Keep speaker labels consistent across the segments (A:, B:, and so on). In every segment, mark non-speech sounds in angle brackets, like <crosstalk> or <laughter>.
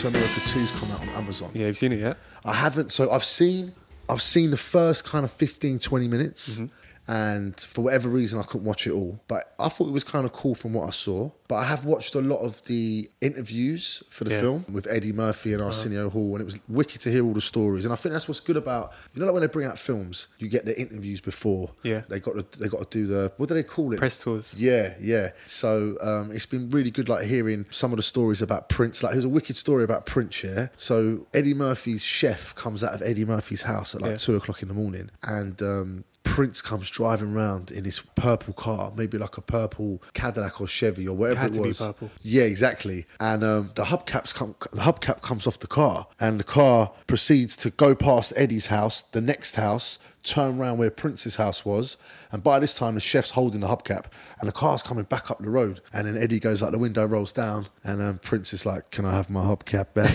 A: Samira Catoo's come out on Amazon.
B: Yeah, you've seen it yet?
A: I haven't. So I've seen I've seen the first kind of 15, 20 minutes.
B: Mm-hmm.
A: And for whatever reason, I couldn't watch it all. But I thought it was kind of cool from what I saw. But I have watched a lot of the interviews for the
B: Yeah. Uh-huh.
A: film with Eddie Murphy and Arsenio Hall, and it was wicked to hear all the stories. And I think that's what's good about you know, like when they bring out films, you get the interviews before.
B: Yeah.
A: they got to they got to do the what do they call it?
B: Press tours.
A: Yeah, yeah. So um, it's been really good, like hearing some of the stories about Prince. Like, there's a wicked story about Prince. Yeah. So Eddie Murphy's chef comes out of Eddie Murphy's house at like
B: Yeah.
A: two o'clock in the morning, and um, Prince comes driving round in this purple car, maybe like a purple Cadillac or Chevy or whatever
B: had
A: it
B: to be
A: was.
B: purple.
A: Yeah, exactly. And um, the hubcaps come. The hubcap comes off the car, and the car proceeds to go past Eddie's house, the next house, turn round where Prince's house was, and by this time the chef's holding the hubcap, and the car's coming back up the road, and then Eddie goes like the window rolls down, and um, Prince is like, "Can I have my hubcap
B: <laughs>
A: back?"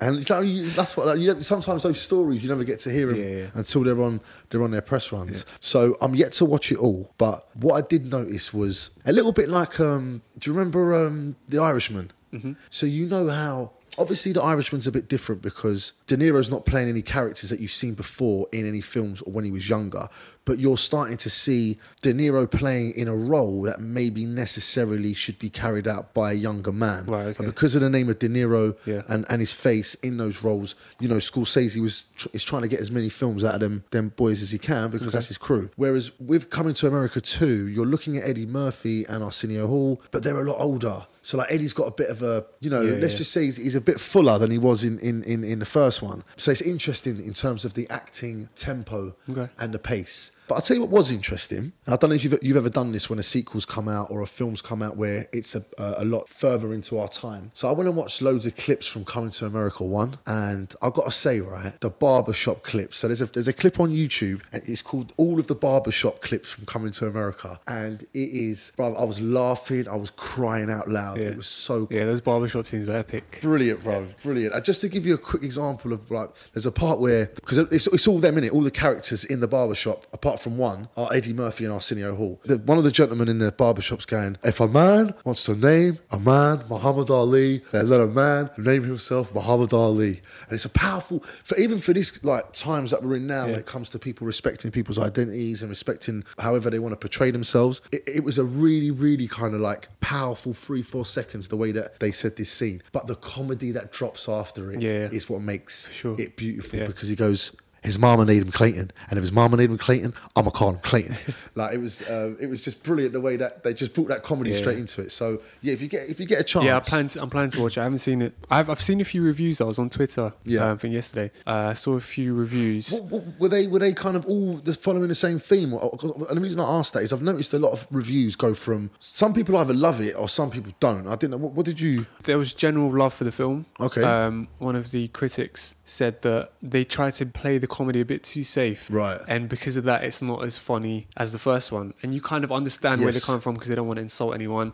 A: and it's like, you- that's what like, you don't, sometimes those stories you never get to hear them
B: Yeah, yeah.
A: until they're on they're on their press runs. So I'm yet to watch it all, but what I did notice was a little bit like um, do you remember um, The Irishman? Mm-hmm. So you know how obviously The Irishman's a bit different because De Niro's not playing any characters that you've seen before in any films or when he was younger, but you're starting to see De Niro playing in a role that maybe necessarily should be carried out by a younger man.
B: Right,
A: But
B: okay.
A: because of the name of De Niro
B: Yeah.
A: and and his face in those roles. You know, Scorsese was tr- is trying to get as many films out of them them boys as he can because that's his crew. Whereas with Coming to America too, you're looking at Eddie Murphy and Arsenio Hall, but they're a lot older. So like Eddie's got a bit of a you know,
B: Yeah,
A: let's
B: yeah.
A: just say he's, he's a bit fuller than he was in, in in in the first one. So it's interesting in terms of the acting tempo
B: Okay.
A: and the pace. But I'll tell you what was interesting, and I don't know if you've, you've ever done this when a sequel's come out or a film's come out where it's a, a, a lot further into our time. So I went and watched loads of clips from Coming to America 1, and I've got to say, right, the barbershop clips. So there's a, there's a clip on YouTube, and it's called All of the Barbershop Clips from Coming to America. And it is, bro, I was laughing, I was crying out loud.
B: Yeah.
A: It was so
B: Yeah, those barbershop scenes were epic.
A: Brilliant, bro. Brilliant. And just to give you a quick example of like, there's a part where because it's, it's all them in it. All the characters in the barbershop, apart from one, are Eddie Murphy and Arsenio Hall. The, one of the gentlemen in the barbershop's going, "If a man wants to name a man Muhammad Ali, then let a man name himself Muhammad Ali." And it's a powerful for even for these like times that we're in now when it
B: Yeah.
A: comes to people respecting people's identities and respecting however they want to portray themselves. It, it was a really, really kind of like powerful three, four seconds the way that they said this scene. But the comedy that drops after it is
B: Yeah.
A: what makes
B: Sure.
A: it beautiful
B: Yeah.
A: because he goes. His mama named him Clayton, and if his mama named him Clayton, I'm a con
B: <laughs>
A: Clayton. like it was, uh, it was just brilliant the way that they just brought that comedy
B: Yeah.
A: straight into it. So yeah, if you get if you get a chance,
B: Yeah, I plan to, I'm planning to watch it. I haven't seen it. I've, I've seen a few reviews. I was on Twitter.
A: Yeah.
B: uh, I think yesterday. Uh, I saw a few reviews.
A: What, what, were they were they kind of all the- following the same theme? Or- or- And the reason I asked that is I've noticed a lot of reviews go from some people either love it or some people don't. I didn't know. What, what did you?
B: There was general love for the film.
A: Okay.
B: Um, one of the critics said that they tried to play the comedy a bit too safe.
A: Right.
B: And because of that, it's not as funny as the first one. And you kind of understand where they're
A: Yes.
B: coming from because they don't want to insult anyone.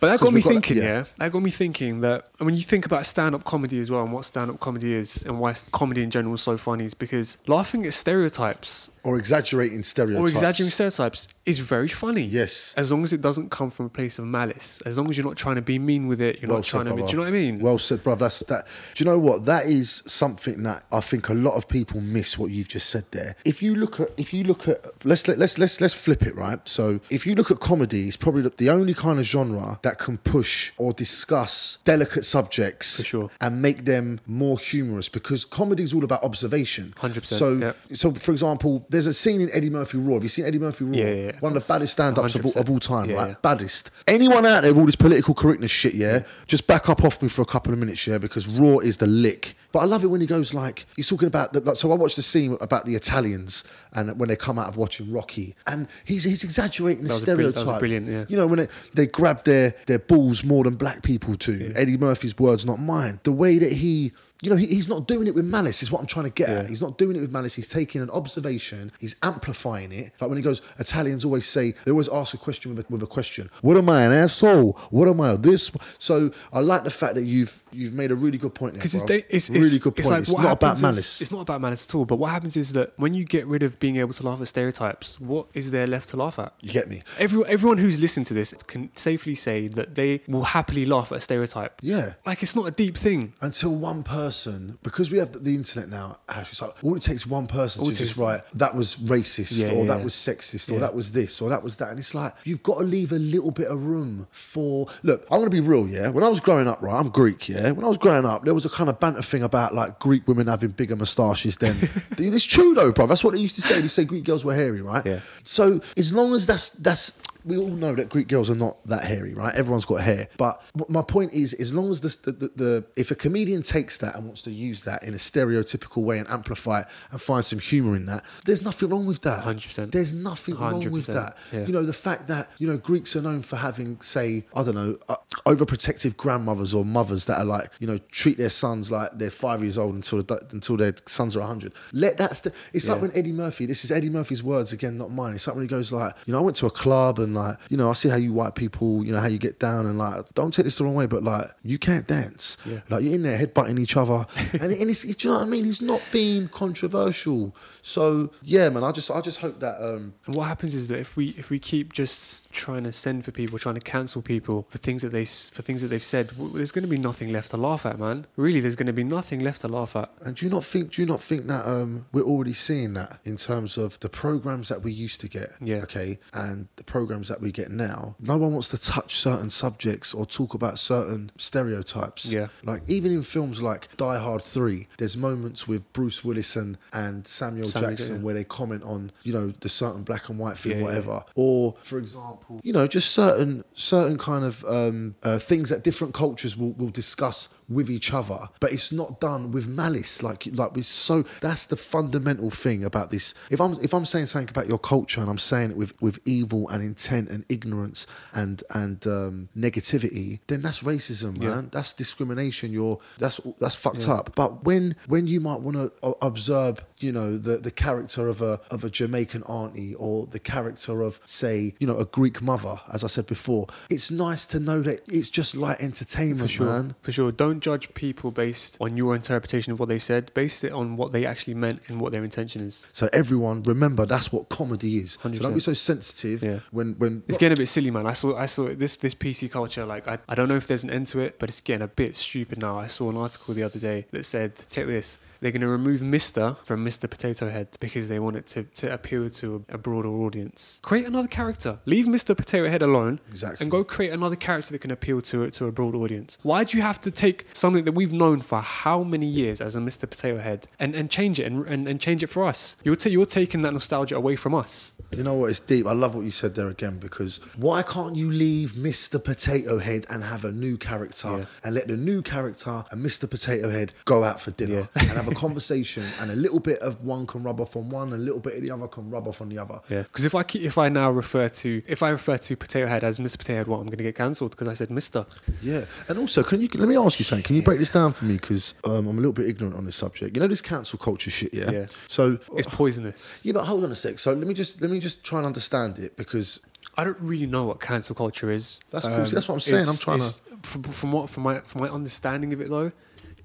B: But that
A: 'Cause
B: got me
A: we've got that-
B: thinking,
A: yeah.
B: yeah. That got me thinking that and when you think about stand up comedy as well and what stand up comedy is and why comedy in general is so funny is because laughing at stereotypes
A: Or exaggerating
B: or
A: stereotypes?
B: exaggerating stereotypes is very funny.
A: Yes.
B: As long as it doesn't come from a place of malice. As long as you're not trying to be mean with it, you're
A: Well
B: not
A: said,
B: trying to. Be, do
A: brother.
B: you know what I mean?
A: Well said, bruv. That's that. Do you know what? That is something that I think a lot of people miss. What you've just said there. If you look at, if you look at, let's let, let's let's let's flip it, right? So if you look at comedy, it's probably the- the only kind of genre that can push or discuss delicate subjects
B: For sure.
A: and make them more humorous because comedy is all about observation.
B: 100%,
A: So
B: yep.
A: so for example, there's a scene in Eddie Murphy Raw. Have you seen Eddie Murphy Raw?
B: Yeah, yeah, yeah.
A: One of the baddest stand-ups of all, of all time,
B: 100%.
A: right?
B: Yeah, yeah.
A: baddest. Anyone out there with all this political correctness shit, yeah, just back up off me for a couple of minutes, yeah, because Raw is the lick. But I love it when he goes like he's talking about the, like, so I watched the scene about the Italians and when they come out of watching Rocky and he's he's exaggerating the
B: was a brill- that was
A: stereotype.
B: brilliant, yeah.
A: You know when they, they grab their their balls more than black people do. Eddie Murphy's words, not mine. The way that he you know, he, he's not doing it with malice, is what I'm trying to get at.
B: Yeah.
A: He's not doing it with malice. He's taking an observation, he's amplifying it. Like when he goes, Italians always say, they always ask a question with a, with a question. What am I, an asshole? What am I, this? So I like the fact that you've you've made a really good point there.
B: Because it's,
A: bruv.
B: da- it's, it's
A: really good point. It's,
B: It's, like what
A: not about
B: happens is-
A: malice.
B: it's not about malice at all. But what happens is that when you get rid of being able to laugh at stereotypes, what is there left to laugh at?
A: you get me?
B: Every, everyone who's listened to this can safely say that they will happily laugh at a stereotype.
A: Yeah.
B: Like it's not a deep thing.
A: until one person, because we have the, the internet now, Ash, it's like all it takes one person
B: All
A: to
B: it
A: just
B: takes-
A: write that was racist
B: Yeah,
A: or
B: yeah,
A: that
B: yeah.
A: was sexist or
B: Yeah.
A: that was this or that was that, and it's like you've got to leave a little bit of room for. Look, I'm gonna be real, yeah. When I was growing up, right, I'm Greek, yeah. When I was growing up, there was a kind of banter thing about like Greek women having bigger moustaches
B: <laughs>
A: than. it's true though, bro. That's what they used to say. They say Greek girls were hairy, right?
B: Yeah.
A: So as long as that's that's we all know that Greek girls are not that hairy, right? Everyone's got hair. But what my point is, as long as this, the, the, the if a comedian takes that and wants to use that in a stereotypical way and amplify it and find some humor in that, there's nothing wrong with that.
B: 100%.
A: There's nothing wrong with
B: 100%,
A: that.
B: yeah.
A: You know, the fact that you know Greeks are known for having, say, I don't know, uh, overprotective grandmothers or mothers that are like, you know, treat their sons like they're five years old until until their sons are hundred. Let that. St- it's like
B: Yeah.
A: when Eddie Murphy. This is Eddie Murphy's words again, not mine. It's like when he goes like, you know, I went to a club and like, you know, I see how you white people, you know, how you get down and like, don't take this the wrong way, but like, you can't dance.
B: Yeah.
A: Like you're in there headbutting each other, and, and it's, do you know what I mean? He's not being controversial. So yeah, man, I just I just hope that um,
B: And what happens is that if we if we keep just trying to send for people, trying to cancel people for things that they s- for things that they've said, w- there's going to be nothing left to laugh at, man. Really, there's going to be nothing left to laugh at.
A: And do you not think? Do you not think that um, we're already seeing that in terms of the programs that we used to get?
B: Yeah.
A: Okay. And the programs that we get now, no one wants to touch certain subjects or talk about certain stereotypes.
B: Yeah.
A: Like even in films like Die Hard Three, there's moments with Bruce Willis and, and Samuel,
B: Samuel
A: Jackson
B: Jackson.
A: where they comment on you know the certain black and white film,
B: Yeah, yeah,
A: whatever. Or for example, you know, just certain certain kind of um, uh, things that different cultures will, will discuss with each other, but it's not done with malice. Like like with so that's the fundamental thing about this. If I'm if I'm saying something about your culture and I'm saying it with with evil and intent and ignorance and and um, negativity, then that's racism,
B: Yeah.
A: man. That's discrimination. You're that's that's fucked up. But when when you might want to observe, you know, the the character of a of a Jamaican auntie or the character of say, you know, a Greek mother, as I said before, it's nice to know that it's just light entertainment, man.
B: For sure, don't judge people based on your interpretation of what they said. Base it on what they actually meant and what their intention is.
A: So everyone, remember that's what comedy is. So don't be
B: 100%.
A: so sensitive
B: Yeah.
A: when when
B: It's getting a bit silly, man. I saw I saw this this PC culture. Like I, I don't know if there's an end to it, but it's getting a bit stupid now. I saw an article the other day that said, check this. They're going to remove Mister from Mr. Potato Head because they want it to, to appeal to a, a broader audience. Create another character. Leave Mr. Potato Head alone
A: Exactly.
B: and go create another character that can appeal to to a broad audience. Why do you have to take something that we've known for how many years as a Mr. Potato Head and, and change it and, and, and change it for us? You're, ta you're taking that nostalgia away from us.
A: You know what? It's deep. I love what you said there again because why can't you leave Mr. Potato Head and have a new character
B: Yeah.
A: and let the new character and Mr. Potato Head go out for dinner and have a conversation <laughs> and a little bit of one can rub off on one, a little bit of the other can rub off on the other.
B: Yeah. Because if I keep, if I now refer to if I refer to Potato Head as Mr. Potato Head, what I'm going to get cancelled because I said Mister.
A: Yeah, and also, can you let me ask you something? Can you break this down for me? Because um, I'm a little bit ignorant on this subject. You know this cancel culture shit, yeah.
B: Yeah.
A: So
B: It's poisonous.
A: yeah, but hold on a sec. So let me just let me just try and understand it because
B: I don't really know what cancel culture is.
A: That's cool. See, that's what I'm saying. I'm trying to-
B: to. From, from what from my from my understanding of it though,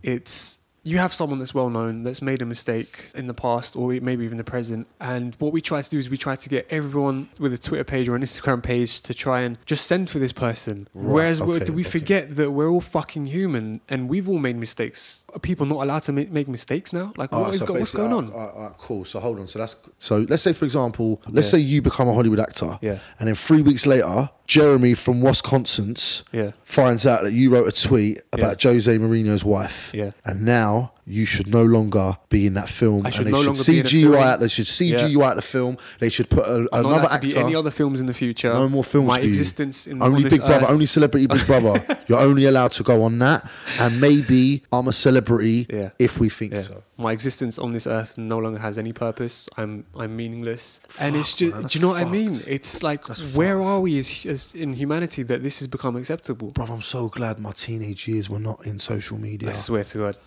B: it's you have someone that's well known that's made a mistake in the past or e, maybe even the present, and what we try to do is we try to get everyone with a Twitter page or an Instagram page to try and just send for this person.
A: Right,
B: Whereas we
A: okay,
B: do we
A: okay.
B: forget that we're all fucking human and we've all made mistakes. Are people not allowed to make, make mistakes now? Like what
A: Alright,
B: is
A: Oh, so
B: go- what's
A: basically- uh,
B: going on?
A: alright, alright, alright, cool. So hold on. So that's so. Let's say, for example, let's
B: Yeah.
A: say you become a Hollywood actor,
B: Yeah.
A: and then three weeks later, Jeremy from Wisconsin
B: Yeah.
A: finds out that you wrote a tweet about Jose Mourinho's wife,
B: Yeah.
A: and now you should no longer be in that film.
B: I should
A: and they
B: no
A: should
B: longer
A: CG
B: be in a
A: you
B: film.
A: out. They should CG
B: Yeah.
A: you out the film. They should put a,
B: I'm not
A: another
B: allowed to
A: actor.
B: be any other films in the future.
A: no more films
B: My
A: for you.
B: existence in
A: only
B: on this
A: Big Brother,
B: earth-
A: only Celebrity Big
B: <laughs>
A: Brother. You're only allowed to go on that, and maybe I'm a celebrity
B: Yeah.
A: if we think
B: Yeah.
A: so.
B: My existence on this earth no longer has any purpose. I'm I'm meaningless, and it's
A: Fuck,
B: just
A: man, that's
B: do you know what I
A: fucked.
B: mean? It's like
A: That's
B: where
A: fucked.
B: are we as, as in humanity that this has become acceptable?
A: Bruv, I'm so glad my teenage years were not in social media.
B: I swear to God,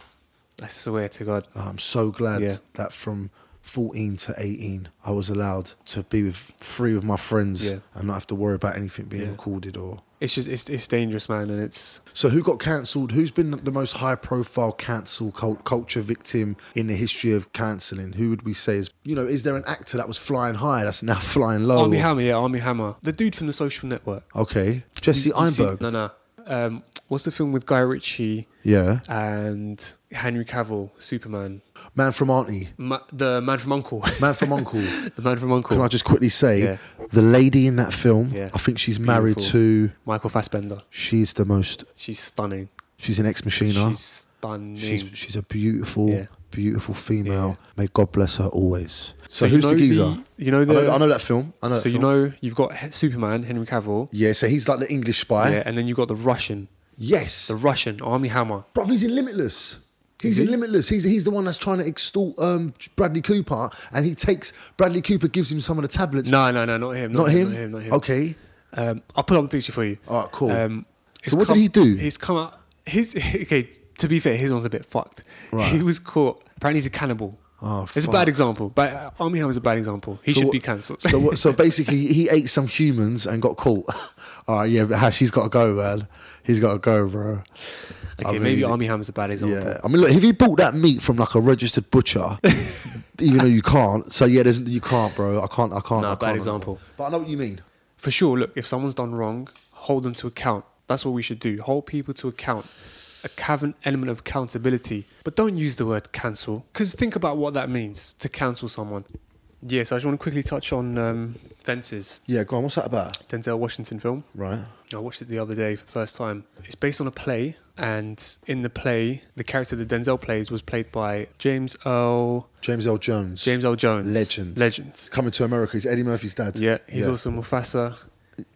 B: I swear to God.
A: I'm so glad
B: Yeah.
A: that from 14 to 18, I was allowed to be with free with my friends
B: Yeah.
A: and not have to worry about anything being
B: Yeah.
A: recorded or.
B: It's just it's it's dangerous, man, and it's
A: So, who got cancelled? Who's been the most high profile cancel cult- culture victim in the history of cancelling? Who would we say is, you know, is there an actor that was flying high that's now <laughs> flying low?
B: Army Hammer, yeah, Army Hammer, the dude from the Social Network.
A: okay. Jesse
B: You- you've seen-
A: Einberg.
B: No, no. Um, what's the film with Guy Ritchie
A: Yeah.
B: and Henry Cavill, Superman,
A: Man from Auntie.
B: Ma- the Man from Uncle, <laughs>
A: Man from Uncle.
B: the Man from Uncle,
A: Can I just quickly say
B: Yeah.
A: the lady in that film?
B: Yeah.
A: I think she's married to.
B: Michael Fassbender.
A: She's the most.
B: She's stunning.
A: She's an ex machina.
B: She's stunning.
A: She's she's a beautiful,
B: Yeah.
A: beautiful female.
B: Yeah.
A: May God bless her always. So,
B: you
A: who's the
B: know
A: geezer?
B: you know
A: I,
B: the.
A: know, I know that film. I know.
B: so
A: that
B: you
A: film.
B: know you've got He- Superman, Henry Cavill,
A: Yeah. So he's like the English spy.
B: yeah, and then you've got the Russian,
A: Yes.
B: the Russian Army Hammer.
A: Bro, he's in Limitless. He's in Limitless. He's he's the one that's trying to extort um, Bradley Cooper, and he takes Bradley Cooper gives him some of the tablets.
B: No, no, no, not him.
A: not, him?
B: Not him. Not him.
A: Okay.
B: Um, I'll put up a picture for you.
A: All right. Cool.
B: Um, it's
A: what did he do?
B: He's come out. His <laughs> okay. To be fair, his one's a bit fucked.
A: Right.
B: He was caught. Apparently, he's a cannibal.
A: Oh,
B: it's a
A: fuck.
B: bad example. But uh, Army Hammer's a bad example. He
A: So
B: should
A: what-
B: be
A: <laughs>
B: cancelled.
A: So what,
B: <laughs>
A: so basically, he ate some humans and got caught. <laughs> All right, yeah, but Hash, he's got to go, man. He's got to go, bro.
B: okay,
A: I
B: maybe
A: mean,
B: Army Hammer's a bad example.
A: Yeah, I mean, look, if he bought that meat from like a registered
B: <laughs>
A: butcher, even though you can't, so yeah, there's you can't, bro. I can't, I can't.
B: Nah,
A: I
B: bad
A: can't,
B: example.
A: But I know what you mean.
B: For sure. Look, if someone's done wrong, hold them to account. That's what we should do. Hold people to account. A cavern element of accountability. But don't use the word cancel. Because think about what that means to cancel someone. Yeah, so I just want to quickly touch on um, Fences,
A: Yeah, go on. What's that about?
B: Denzel Washington film.
A: Right.
B: I watched it the other day for the first time. It's based on a play, and in the play, the character that Denzel plays was played by James Earl
A: James L. Jones.
B: James Earl Jones.
A: Legend.
B: Legend.
A: coming to America. He's Eddie Murphy's dad.
B: Yeah, he's also Mufasa.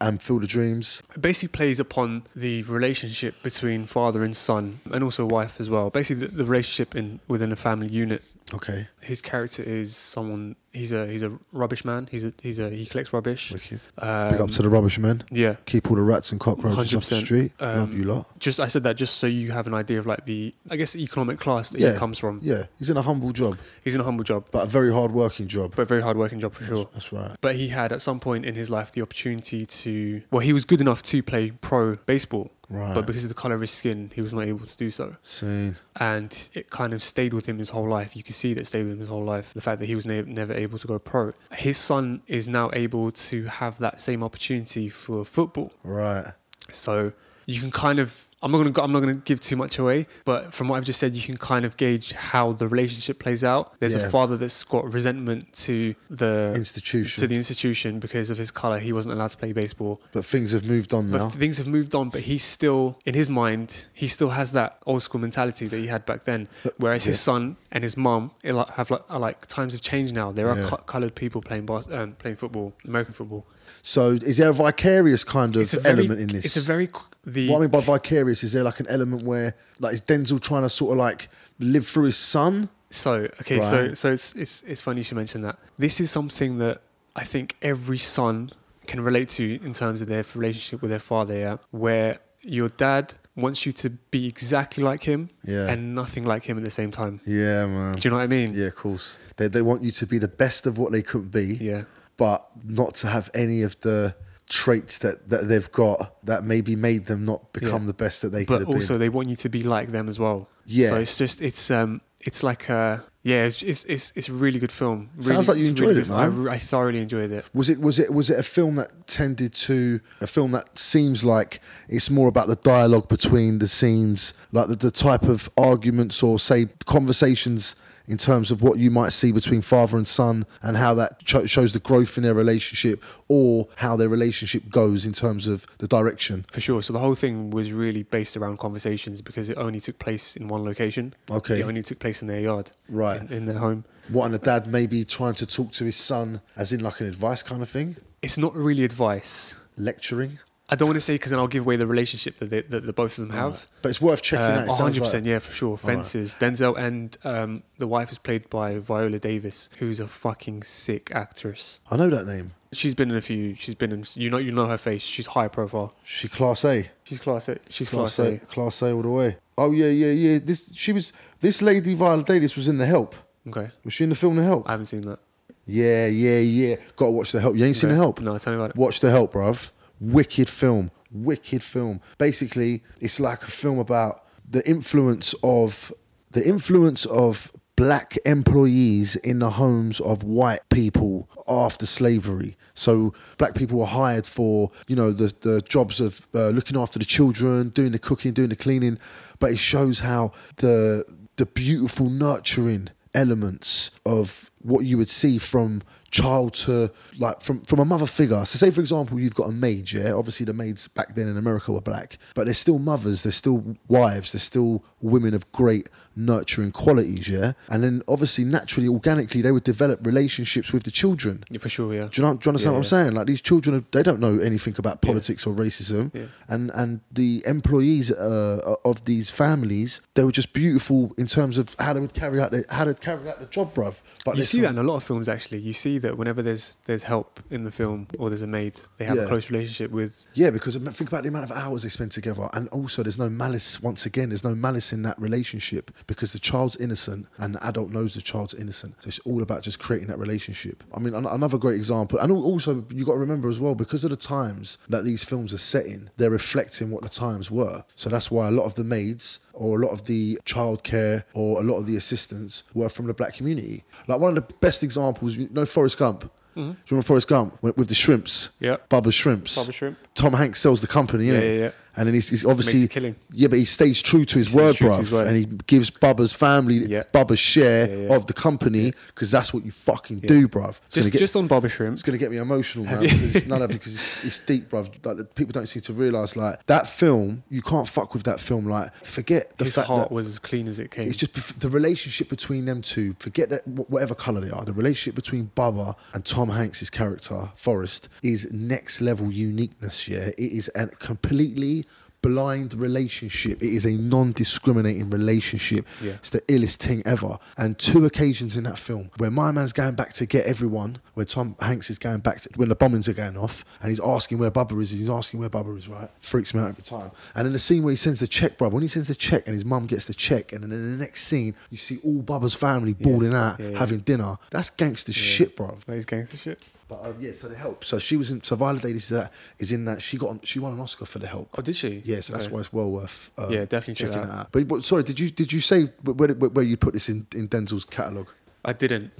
A: and Field of Dreams.
B: It basically plays upon the relationship between father and son, and also wife as well. Basically, the, the relationship in within a family unit.
A: Okay.
B: His character is someone. He's a he's a rubbish man. He's a he's a he collects rubbish.
A: Wicked.
B: Um,
A: Big up to the rubbish men.
B: yeah.
A: Keep all the rats and cockroaches off the
B: 100%,
A: street.
B: um,
A: Love you lot.
B: Just I said that just so you have an idea of like the I guess economic class that
A: Yeah.
B: he comes from.
A: Yeah, he's in a humble job,
B: He's in a humble job,
A: but a very hard working job.
B: but a very hard working job for sure.
A: That's right.
B: But he had at some point in his life the opportunity to well, he was good enough to play pro baseball,
A: Right.
B: but because of the colour of his skin, he was not able to do so.
A: Seen.
B: And it kind of stayed with him his whole life. You can see that it stayed with him his whole life. The fact that he was ne- never able to go pro. His son is now able to have that same opportunity for football.
A: Right.
B: So you can kind of I'm not gonna go- I'm not gonna give too much away, but from what I've just said, you can kind of gauge how the relationship plays out. There's
A: Yeah.
B: a father that's got resentment to the
A: Institution.
B: to the institution because of his color. He wasn't allowed to play baseball.
A: But things have moved on
B: But
A: now.
B: things have moved on, but he's still in his mind. He still has that old school mentality that he had back then.
A: Uh,
B: Whereas his son and his mum are like- have like, are like times have changed now. There are
A: Yeah.
B: co- colored people playing bas- um, playing football, American football.
A: So is there a vicarious kind of
B: very,
A: element in this?
B: It's a very qu- the
A: what I mean by vicarious is there like an element where like is Denzel trying to sort of like live through his son?
B: So okay, so
A: Right.
B: so it's it's it's funny you should mention that. This is something that I think every son can relate to in terms of their relationship with their father, yeah? where your dad wants you to be exactly like him
A: Yeah.
B: and nothing like him at the same time.
A: Yeah, man.
B: Do you know what I mean?
A: Yeah, of course. They they want you to be the best of what they could be,
B: Yeah.
A: but not to have any of the traits that, that they've got that maybe made them not become
B: Yeah.
A: the best that they could
B: But
A: have been.
B: also they want you to be like them as well.
A: Yeah.
B: So it's just it's um it's like uh yeah it's it's it's, it's a really good film. Really,
A: Sounds like you
B: it's really
A: enjoyed it,
B: good. I
A: man.
B: re- I, thoroughly enjoyed it.
A: Was it was it was it a film that tended to a film that seems like it's more about the dialogue between the scenes, like the, the type of arguments or say conversations in terms of what you might see between father and son and how that cho- shows the growth in their relationship or how their relationship goes in terms of the direction.
B: For sure. So the whole thing was really based around conversations because it only took place in one location.
A: Okay.
B: It only took place in their yard.
A: Right.
B: In, in their home.
A: What and the dad maybe trying to talk to his son as in like an advice kind of thing,
B: It's not really advice.
A: lecturing.
B: I don't want to say because then I'll give away the relationship that, they, that the both of them have.
A: But it's worth checking
B: Uh,
A: out. It sounds
B: 100%,
A: like-
B: yeah, for sure.
A: right.
B: Fences. Denzel and um, the wife is played by Viola Davis, who's a fucking sick actress.
A: I know that name.
B: She's been in a few. She's been in. You know, you know her face. She's high profile.
A: She class A.
B: She's class A. She's
A: Class
B: class,
A: A.
B: A.
A: Class A all the way. Oh yeah, yeah, yeah. This she was. This lady Viola Davis was in The Help.
B: Okay,
A: Was she in the film The Help?
B: I haven't seen that.
A: Yeah, yeah, yeah. Gotta watch The Help. You ain't seen The
B: Okay.
A: Help?
B: No, tell me about it.
A: Watch The Help, bruv. Wicked film. Wicked film. Basically, it's like a film about the influence of the influence of black employees in the homes of white people after slavery. So black people were hired for, you know, the, the jobs of uh, looking after the children, doing the cooking, doing the cleaning, but it shows how the the beautiful nurturing elements of what you would see from child to like from from a mother figure. So say for example you've got a maid, yeah. Obviously the maids back then in America were black, but they're still mothers, they're still wives, they're still women of great nurturing qualities, yeah. And then obviously naturally, organically, they would develop relationships with the children.
B: Yeah, for sure. Yeah.
A: Do you, know, do you understand
B: Yeah,
A: what I'm
B: yeah.
A: saying? Like these children, are- they don't know anything about politics or racism,
B: Yeah.
A: and and the employees uh, of these families, they were just beautiful in terms of how they would carry out their, how they carry out the job, bruv. But
B: you
A: this
B: see that
A: one-
B: in a lot of films actually. You see that whenever there's there's help in the film or there's a maid, they have
A: Yeah.
B: a close relationship with.
A: yeah, because I'm- think about the amount of hours they spend together, and also there's no malice. Once again, there's no malice in that relationship because the child's innocent and the adult knows the child's innocent. So it's all about just creating that relationship. I mean, an- another great example, and al- also you got to remember as well because of the times that these films are set in, they're reflecting what the times were. So that's why a lot of the maids or a lot of the childcare or a lot of the assistants were from the black community. Like one of the best examples, you know, Forrest Gump. Do you remember Forrest Gump with with the shrimps?
B: Yeah.
A: Bubba Shrimps.
B: Bubba Shrimp.
A: Tom Hanks sells the company, innit?
B: Yeah, yeah, yeah.
A: And then he's, he's obviously
B: Makes a killing.
A: Yeah, but he stays true to his
B: stays
A: word,
B: true to
A: bruv.
B: his word.
A: And he gives Bubba's family
B: Yeah.
A: Bubba's share
B: Yeah, yeah.
A: of the company because that's what you fucking do, bruv. It's
B: Just
A: gonna get,
B: just on Barbara Shrimp.
A: it's gonna get me emotional, man. Because, no, no, because it's, it's deep, bruv. Like the people don't seem to realize, like that film, you can't fuck with that film. Like, forget the
B: His
A: fact
B: heart
A: that
B: was as clean as it came.
A: it's just bef- the relationship between them two. Forget that wh- whatever color they are, the relationship between Bubba and Tom Hanks' character Forrest is next level uniqueness. Yeah, it is a completely blind relationship. It is a non-discriminating relationship.
B: Yeah.
A: It's the illest thing ever. And two occasions in that film where my man's going back to get everyone, where Tom Hanks is going back to when the bombings are going off, and he's asking where Bubba is. He's asking where Bubba is. Right, freaks me out every time. And then the scene where he sends the check, bro. When he sends the check, and his mum gets the check, and then in the next scene you see all Bubba's family balling out,
B: yeah, yeah.
A: having dinner. That's gangster shit, bro.
B: Like, he's gangster shit.
A: But um, yeah, so the help. So she was in. So Viola Davis is, that, is in that. She got. on- She won an Oscar for the help.
B: Oh, did she?
A: Yeah, so that's
B: Okay.
A: why it's well worth. Uh,
B: Yeah, definitely check
A: checking
B: that
A: that
B: out.
A: out. But, but sorry, did you did you say where where, where you put this in, in Denzel's catalog?
B: I didn't.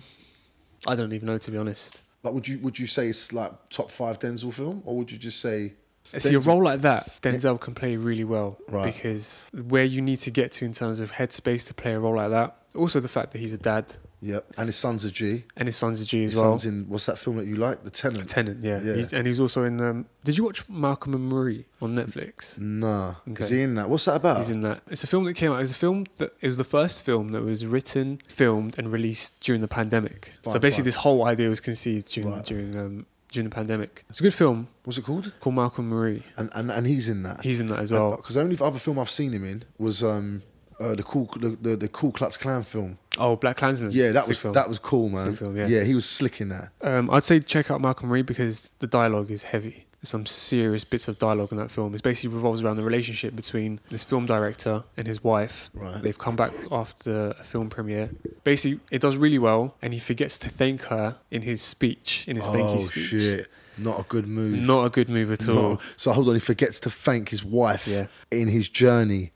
B: I don't even know to be honest.
A: Like, would you would you say it's like top five Denzel film, or would you just say?
B: See, a
A: Denzel-
B: role like that, Denzel can play really well
A: Right.
B: because where you need to get to in terms of headspace to play a role like that. Also, the fact that he's a dad
A: Yep, and his son's a G.
B: and his son's a G as
A: His
B: well.
A: son's in what's that film that you like, The Tenant?
B: Tenant, yeah,
A: Yeah.
B: He's, and he's also in. Um, did you watch Malcolm and Marie on Netflix?
A: Nah, is
B: Okay.
A: he in that? What's that about?
B: He's in that. It's a film that came out. It's a film that it was the first film that was written, filmed, and released during the pandemic. so
A: Fine,
B: basically,
A: fine.
B: this whole idea was conceived during
A: Right.
B: during um, during the pandemic. It's a good film
A: What's it called?
B: called Malcolm and Marie.
A: And and, and he's in that.
B: He's in that as well.
A: Because the only other film I've seen him in was um uh, the cool the, the the Cool Klux Klan film.
B: Oh, Black Klansman.
A: Yeah, that
B: Sick
A: was
B: film.
A: that was cool, man.
B: Sick film, yeah.
A: he was slick in that.
B: Um, I'd say check out Malcolm Reed because the dialogue is heavy. There's some serious bits of dialogue in that film. It basically revolves around the relationship between this film director and his wife.
A: Right.
B: They've come back after a film premiere. Basically, it does really well, and he forgets to thank her in his speech, in his thank
A: oh
B: you speech.
A: shit! Not a good move.
B: Not a good move at all.
A: No. So hold on, he forgets to thank his wife
B: Yeah.
A: in his journey.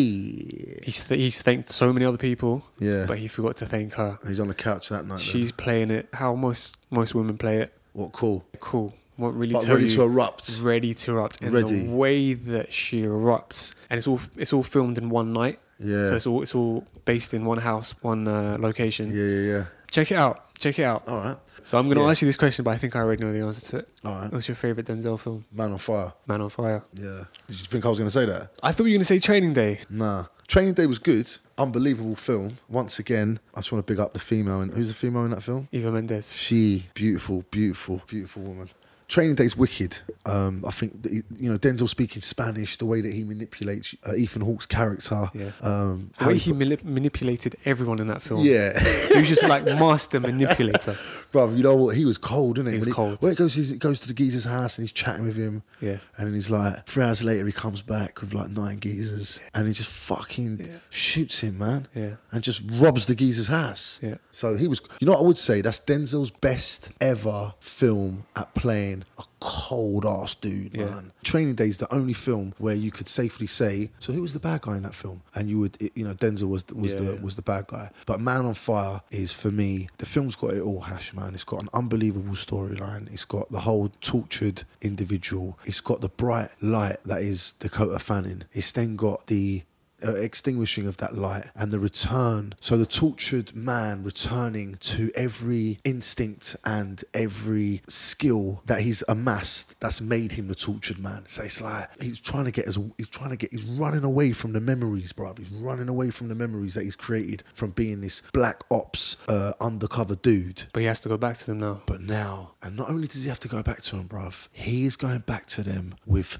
A: She.
B: He's, th- he's thanked so many other people,
A: Yeah.
B: but he forgot to thank her.
A: He's on the couch that night. She's
B: She's playing it how most most women play it.
A: what cool.
B: Cool. What really
A: But
B: tell
A: ready
B: you-
A: to erupt.
B: ready to erupt and
A: Ready.
B: the way that she erupts and it's all it's all filmed in one night
A: Yeah.
B: so it's all it's all based in one house one uh, location
A: Yeah, yeah, yeah.
B: check it out check it out
A: All right,
B: so i'm going to
A: yeah.
B: ask you this question but i think i already know the answer to it
A: all right.
B: what's your favorite denzel film
A: Man on fire.
B: man on fire
A: Yeah. Did you think I was going to say that?
B: i thought you were going to say training day
A: Nah. Training Day was good. Unbelievable film. Once again, I just want to big up the female. And who's the female in that film?
B: eva mendes
A: She beautiful, beautiful, beautiful woman. Training Day's wicked. Um, I think that he- you know Denzel speaking Spanish, the way that he manipulates uh, Ethan Hawke's character.
B: Yeah.
A: Um,
B: The
A: how
B: way
A: he-
B: he manip- manipulated everyone in that film.
A: <laughs> yeah.
B: He was just like master manipulator.
A: Bruv, you know what? He was cold, isn't he?
B: He was
A: when
B: cold.
A: When it goes, it goes to the geezer's house and he's chatting with him.
B: Yeah.
A: And then he's like, three hours later, he comes back with like nine geezers and he just fucking
B: Yeah.
A: shoots him, man.
B: Yeah.
A: And just robs the geezer's house.
B: Yeah.
A: So he was, you know what I would say? That's Denzel's best ever film at playing a cold ass dude,
B: Yeah.
A: man. Training Day is the only film where you could safely say, so who was the bad guy in that film? And you would, it- you know, Denzel was was
B: Yeah,
A: the
B: yeah.
A: was the bad guy. But Man on Fire is for me the film's got it all hash, man. It's got an unbelievable storyline. It's got the whole tortured individual. It's got the bright light that is Dakota Fanning. It's then got the uh, extinguishing of that light and the return. So the tortured man returning to every instinct and every skill that he's amassed that's made him the tortured man. So it's like he's trying to get his, he's trying to get, he's running away from the memories, bruv. He's running away from the memories that he's created from being this black ops uh, undercover dude.
B: But he has to go back to them now.
A: But now, and not only does he have to go back to them, bruv, he is going back to them with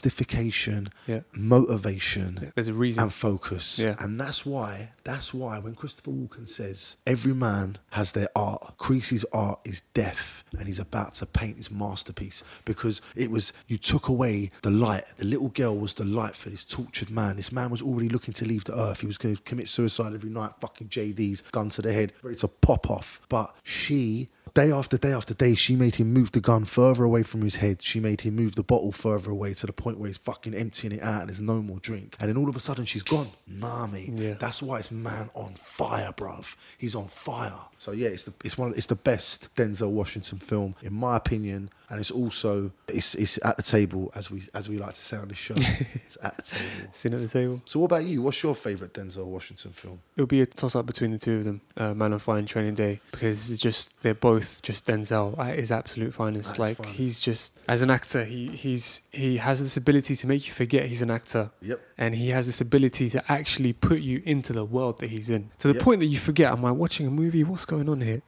A: justification,
B: Yeah.
A: motivation,
B: There's a reason.
A: and focus.
B: Yeah.
A: And that's why, that's why when Christopher Walken says, every man has their art, Creasy's art is death, and he's about to paint his masterpiece because it was, you took away the light. The little girl was the light for this tortured man. This man was already looking to leave the earth. He was going to commit suicide every night, fucking JD's gun to the head, ready to pop off. But she Day after day after day, she made him move the gun further away from his head. She made him move the bottle further away to the point where he's fucking emptying it out and there's no more drink. And then all of a sudden, she's gone. Nah, mate.
B: Yeah.
A: That's why it's man on fire, bruv. He's on fire. So yeah, it's the it's one of- it's the best Denzel Washington film in my opinion, and it's also it's it's at the table as we as we like to say on this show. it's at the table.
B: Sitting at the table.
A: So what about you? What's your favorite Denzel Washington film?
B: It'll be a toss up between the two of them, uh, Man on Fire and Training Day, because it's just they're both just Denzel at his absolute finest.
A: At his
B: like
A: finest.
B: he's just as an actor, he he's he has this ability to make you forget he's an actor,
A: Yep.
B: and he has this ability to actually put you into the world that he's in to the
A: Yep.
B: point that you forget, am I watching a movie? What's going on here?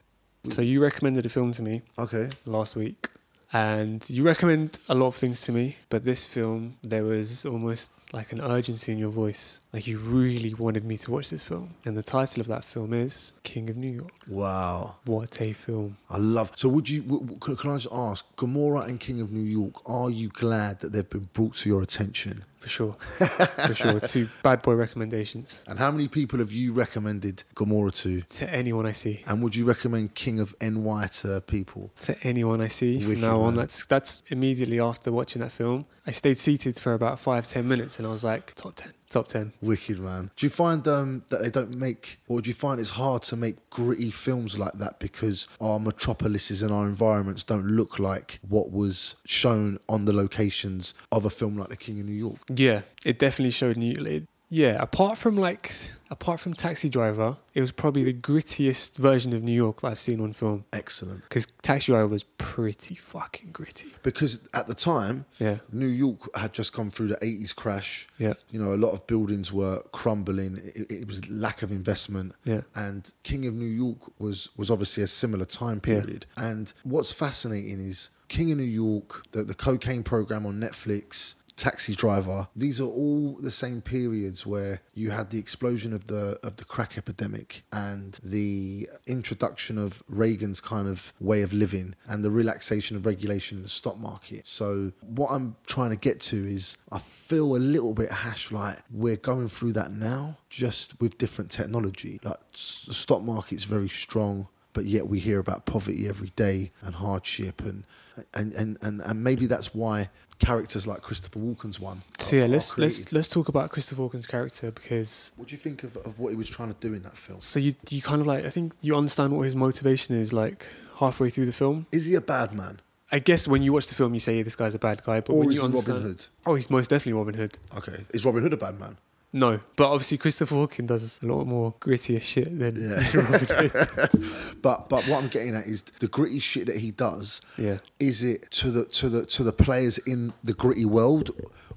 B: So you recommended a film to me
A: Okay.
B: last week, and you recommend a lot of things to me, but this film there was almost like an urgency in your voice, like you really wanted me to watch this film. And the title of that film is King of New York.
A: Wow.
B: What a film!
A: I love. So, would you? W- w- can- can I just ask, Gomorrah and King of New York? Are you glad that they've been brought to your attention? <laughs>
B: For sure, for sure. Two bad boy recommendations
A: And how many people have you recommended Gomorrah to?
B: to anyone I see.
A: And would you recommend King of NY to E people?
B: To anyone I see from
A: Wicked,
B: now on,
A: man.
B: that's that's immediately after watching that film. I stayed seated for about five ten minutes, and I was like, top ten, top ten.
A: Wicked man. Do you find um, that they don't make, or do you find it's hard to make gritty films like that because our metropolises and our environments don't look like what was shown on the locations of a film like The King of New York?
B: Yeah, it definitely showed new. it- Yeah, apart from like, apart from Taxi Driver, it was probably the grittiest version of New York that I've seen on film.
A: Excellent.
B: Because Taxi Driver was pretty fucking gritty.
A: Because at the time,
B: Yeah,
A: New York had just come through the 80s crash.
B: yeah,
A: You know, a lot of buildings were crumbling. It, it was lack of investment.
B: yeah.
A: And King of New York was, was obviously a similar time
B: Yeah.
A: period. And what's fascinating is King of New York, the, the cocaine program on Netflix, Taxi Driver, these are all the same periods where you had the explosion of the of the crack epidemic and the introduction of Reagan's kind of way of living and the relaxation of regulation in the stock market. So what I'm trying to get to is I feel a little bit hash like we're going through that now just with different technology. Like s- the stock market's very strong but yet we hear about poverty every day and hardship and and and, and, and maybe that's why characters like Christopher Walken's one.
B: So yeah, let's
A: created.
B: let's let's talk about Christopher Walken's character because
A: What do you think of, of what he was trying to do in that film?
B: so you you kind of like I think you understand what his motivation is like halfway through the film.
A: Is he a bad man,
B: I guess when you watch the film, you say this guy's a bad guy, but
A: or
B: when
A: is
B: you
A: he
B: understand,
A: Robin Hood?
B: oh, he's most definitely Robin Hood. <laughs>
A: Okay, is Robin Hood a bad man?
B: No, but obviously Christopher Walken does a lot more grittier shit than
A: Yeah. <laughs>
B: Robin Hood.
A: But but what I'm getting at is the gritty shit that he does.
B: Yeah.
A: Is it to the to the to the players in the gritty world,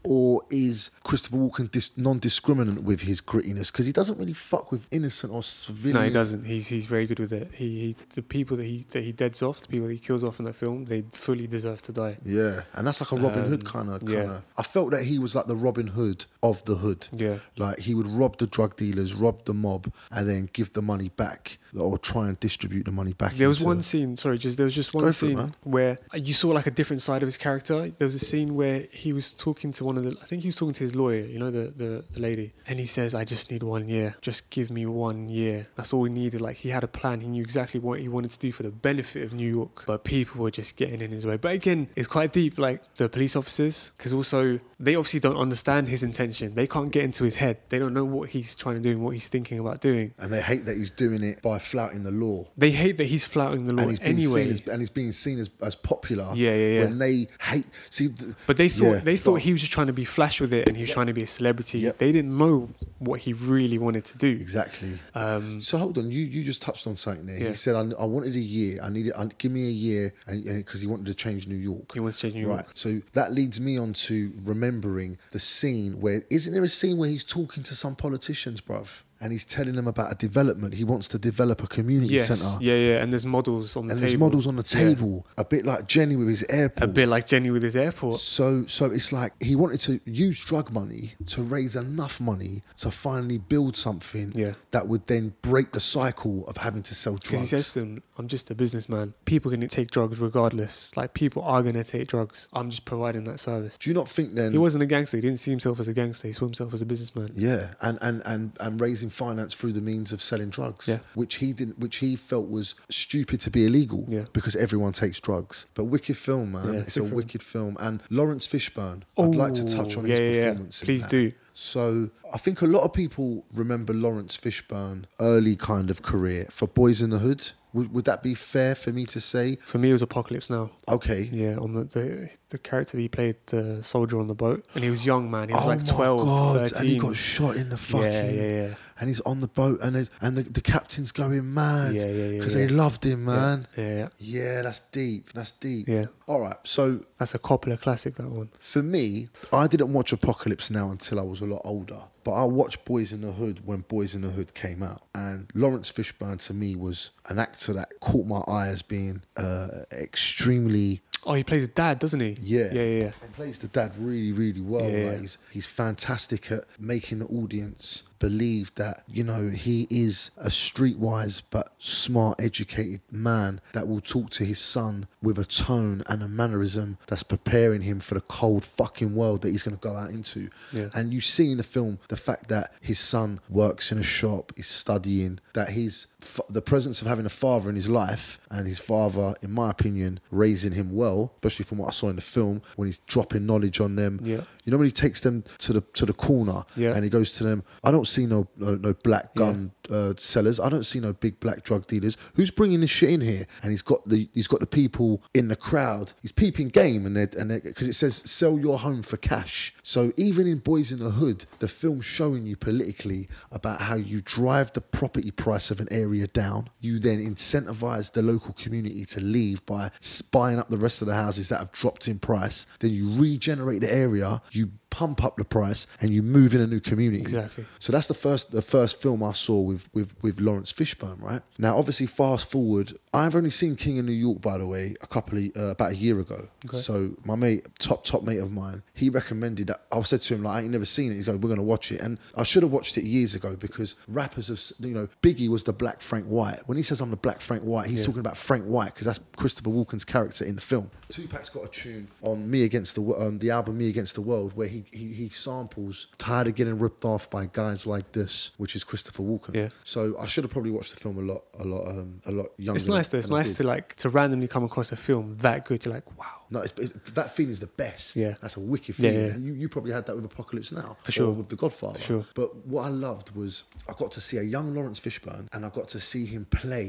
A: or is Christopher Walken dis- non-discriminant with his grittiness because he doesn't really fuck with innocent or civilian?
B: No, he doesn't. He's he's very good with it. He, he the people that he that he deads off, the people that he kills off in that film, they fully deserve to die.
A: Yeah, and that's like a Robin Hood
B: Um,
A: kind of.
B: yeah.
A: Kind of. I felt that he was like the Robin Hood of the hood.
B: Yeah.
A: Like he would rob the drug dealers, rob the mob, and then give the money back or try and distribute the money back.
B: There was
A: into-
B: one scene. Sorry, just there was just
A: Go
B: one
A: for it,
B: scene
A: man.
B: where you saw like a different side of his character. There was a scene where he was talking to one of the. I think he was talking to his lawyer. You know the the, the lady, and he says, "I just need one year. Just give me one year. That's all we needed." Like he had a plan. He knew exactly what he wanted to do for the benefit of New York, but people were just getting in his way. But again, it's quite deep. Like the police officers, because also they obviously don't understand his intention. They can't get into his head. They don't know what he's trying to do and what he's thinking about doing.
A: and they hate that he's doing it by flouting the law.
B: They hate that he's flouting the law
A: and he's been
B: anyway.
A: seen as, and he's being seen as, as popular.
B: Yeah, yeah, yeah.
A: When they hate, see, th-
B: But they thought
A: Yeah.
B: they thought he was just trying to be flash with it, and he was trying to be a celebrity.
A: Yep.
B: They didn't know what he really wanted to do.
A: exactly.
B: Um,
A: So hold on, you you just touched on something there.
B: Yeah.
A: He said, I, "I wanted a year. I needed. I, give me a year," and because he wanted to change New York.
B: he wants to change New York.
A: Right. So that leads me on to remembering the scene where isn't there a scene where he's talking to some politicians, bruv, and he's telling them about a development. He wants to develop a community
B: Yes,
A: centre.
B: yeah, yeah. And there's models on the
A: And
B: table.
A: there's models on the
B: Yeah.
A: table, a bit like Jenny with his airport.
B: A bit like Jenny with his airport.
A: So, so it's like he wanted to use drug money to raise enough money to finally build something
B: Yeah.
A: that would then break the cycle of having to sell drugs.
B: Because he says to them, "I'm just a businessman. People can take drugs regardless. Like people are gonna take drugs. I'm just providing that service."
A: Do you not think then?
B: He wasn't a gangster. He didn't see himself as a gangster. He saw himself as a businessman.
A: Yeah, and, and, and, and raising finance through the means of selling drugs,
B: Yeah.
A: which he didn't, which he felt was stupid to be illegal,
B: Yeah.
A: because everyone takes drugs. But wicked film, man,
B: Yeah,
A: it's
B: good
A: a
B: film.
A: wicked film. And Lawrence Fishburne, I'd like to touch
B: Ooh,
A: on
B: yeah, yeah,
A: his
B: yeah.
A: performance. in
B: Please
A: that.
B: do.
A: So I think a lot of people remember Lawrence Fishburne early kind of career for Boys in the Hood. Would, would that be fair for me to say?
B: For me, it was Apocalypse Now.
A: Okay,
B: Yeah, on the, the the character that he played, the soldier on the boat, and he was young man. He was
A: oh
B: like
A: my
B: 12,
A: god!
B: 13.
A: And he got shot in the fucking.
B: yeah, yeah, yeah.
A: and he's on the boat and they- and the, the captain's going mad
B: Yeah, yeah, yeah,
A: because
B: yeah.
A: they loved him, man.
B: Yeah, yeah,
A: Yeah. that's deep. That's deep.
B: yeah.
A: All right. So
B: That's a Coppola classic, that one.
A: for me, I didn't watch Apocalypse Now until I was a lot older, but I watched Boys in the Hood when Boys in the Hood came out, and Lawrence Fishburne to me was an actor that caught my eye as being uh, extremely
B: Oh, he plays a dad, doesn't he?
A: Yeah.
B: Yeah, yeah, yeah.
A: and plays the dad really, really well.
B: Yeah.
A: Like he's he's fantastic at making the audience believe that you know he is a streetwise but smart, educated man that will talk to his son with a tone and a mannerism that's preparing him for the cold fucking world that he's going to go out into.
B: Yeah.
A: And you see in the film the fact that his son works in a shop, is studying, that he's f- the presence of having a father in his life, and his father, in my opinion, raising him well, especially from what I saw in the film when he's dropping knowledge on them.
B: Yeah.
A: You know when he takes them to the to the corner,
B: Yeah.
A: and he goes to them. I don't see no no, no black gun uh, sellers. I don't see no big black drug dealers. Who's bringing this shit in here? And he's got the he's got the people in the crowd. He's peeping game, and they and because it says sell your home for cash. So even in Boys in the Hood, the film's showing you politically about how you drive the property price of an area down. You then incentivize the local community to leave by s- buying up the rest of the houses that have dropped in price. Then you regenerate the area. You pump up the price and you move in a new community.
B: Exactly.
A: So that's the first the first film I saw with with with Lawrence Fishburne, right? Now, obviously, fast forward, I've only seen King of New York, by the way, a couple of uh, about a year ago.
B: Okay.
A: So my mate, top top mate of mine, he recommended that. I said to him like, I ain't never seen it. He's going, we're gonna watch it, and I should have watched it years ago because rappers have, s- you know, Biggie was the Black Frank White. When he says I'm the Black Frank White, he's talking about Frank White because that's Christopher Walken's character in the film. Tupac's got a tune on Me Against the Wo- on the album Me Against the World where he he, he samples "Tired of Getting Ripped Off" by guys like this, which is Christopher Walken.
B: Yeah.
A: So I should have probably watched the film a lot, a lot, um, a lot younger.
B: It's nice though. It's
A: than I
B: nice
A: did.
B: to like to randomly come across a film that good. You're like, wow,
A: No, it's, it, that feeling's the best.
B: Yeah.
A: that's a wicked
B: Yeah,
A: feeling.
B: yeah.
A: And You, you probably had that with Apocalypse Now,
B: For sure.
A: or with The Godfather.
B: For sure.
A: But what I loved was I got to see a young Lawrence Fishburne, and I got to see him play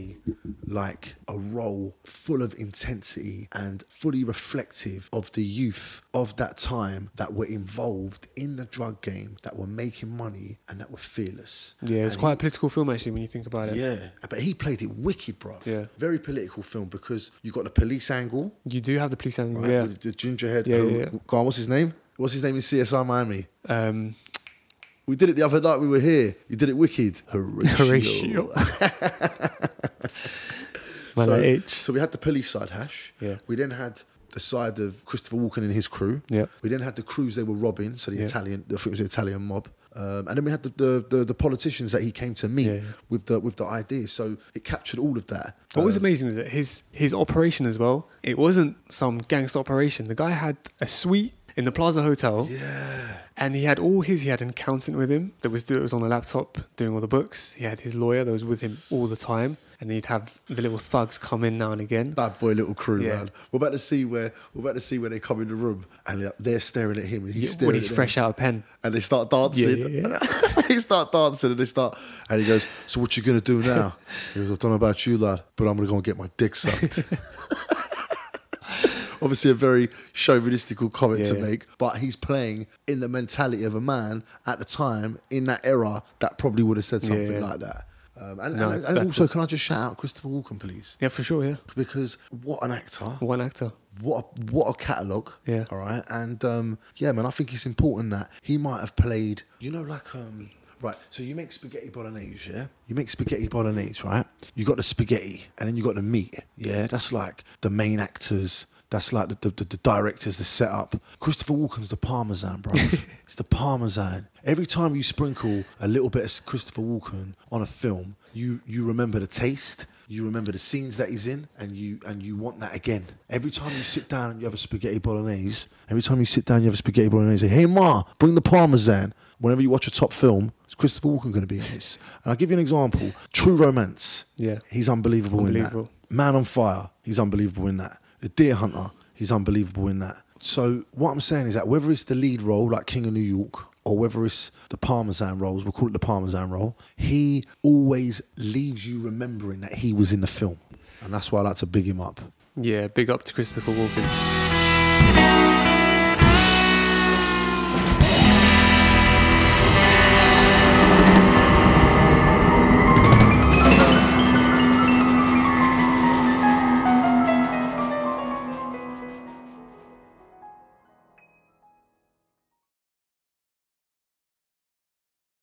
A: like a role full of intensity and fully reflective of the youth of that time that were involved in the drug game, that were making money, and that were fearless.
B: Yeah, it's
A: And
B: quite a political film actually when you think about it.
A: yeah, but he played it wicked, bro.
B: Yeah.
A: very political film because you got the police angle,
B: You do have the police angle.
A: right?
B: Yeah.
A: With the gingerhead.
B: Yeah,
A: Yeah,
B: yeah, yeah.
A: Guy, what's his name? What's his name in CSI Miami?
B: Um,
A: We did it the other night. We were here. You did it wicked, Horatio.
B: Horatio.
A: so,
B: Mala
A: <laughs>
B: H.
A: so we had the police side hash.
B: Yeah.
A: We then had the side of Christopher Walken and his crew.
B: Yeah.
A: We then had the crews they were robbing, so the
B: Yeah.
A: Italian, I think it was the Italian mob, um, and then we had the, the, the, the politicians that he came to meet
B: Yeah, yeah.
A: with the with the ideas. So it captured all of that.
B: What was
A: Um,
B: amazing is that his his operation as well. It wasn't some gangster operation. The guy had a suite in the Plaza Hotel,
A: Yeah.
B: and he had all his. He had an accountant with him that was do, was on a laptop doing all the books. He had his lawyer that was with him all the time, and then you'd have the little thugs come in now and again.
A: Bad boy, little crew,
B: Yeah.
A: man. We're about to see where we're about to see where they come in the room and they're staring at him and he's
B: Yeah,
A: staring
B: when he's
A: at them.
B: fresh out of pen.
A: and they start dancing.
B: Yeah, yeah,
A: <laughs> they start dancing and they start. And he goes, "So what you gonna do now?" he goes, "I don't know about you, lad, but I'm gonna go and get my dick sucked." <laughs> Obviously, a very chauvinistical comment to
B: Yeah.
A: make, but he's playing in the mentality of a man at the time in that era that probably would have said something
B: Yeah.
A: like that. Um, and
B: No,
A: and, and
B: that's
A: also,
B: just-
A: can I just shout out Christopher Walken, please?
B: Yeah, for sure. Yeah,
A: Because what an actor!
B: one actor.
A: what a, what a catalog.
B: Yeah.
A: All right. And um, yeah, man, I think it's important that he might have played. You know, like um. Right, so you make spaghetti bolognese, yeah? You make spaghetti bolognese, right? You got the spaghetti and then you got the meat, yeah? That's like the main actors, that's like the, the, the, the directors, the setup. Christopher Walken's the parmesan, bro. it's the parmesan. Every time you sprinkle a little bit of Christopher Walken on a film, you, you remember the taste, you remember the scenes that he's in and you and you want that again every time you sit down and you have a spaghetti bolognese every time you sit down you have a spaghetti bolognese say hey ma bring the parmesan whenever you watch a top film it's christopher walken going to be in this and i'll give you an example true romance
B: Yeah.
A: he's unbelievable,
B: Unbelievable.
A: in that man on fire he's unbelievable in that the deer hunter he's unbelievable in that so what i'm saying is that whether it's the lead role like king of new york or whether it's the parmesan rolls we'll call it the parmesan roll he always leaves you remembering that he was in the film and that's why i like to big him up
B: Yeah, big up to Christopher Walken.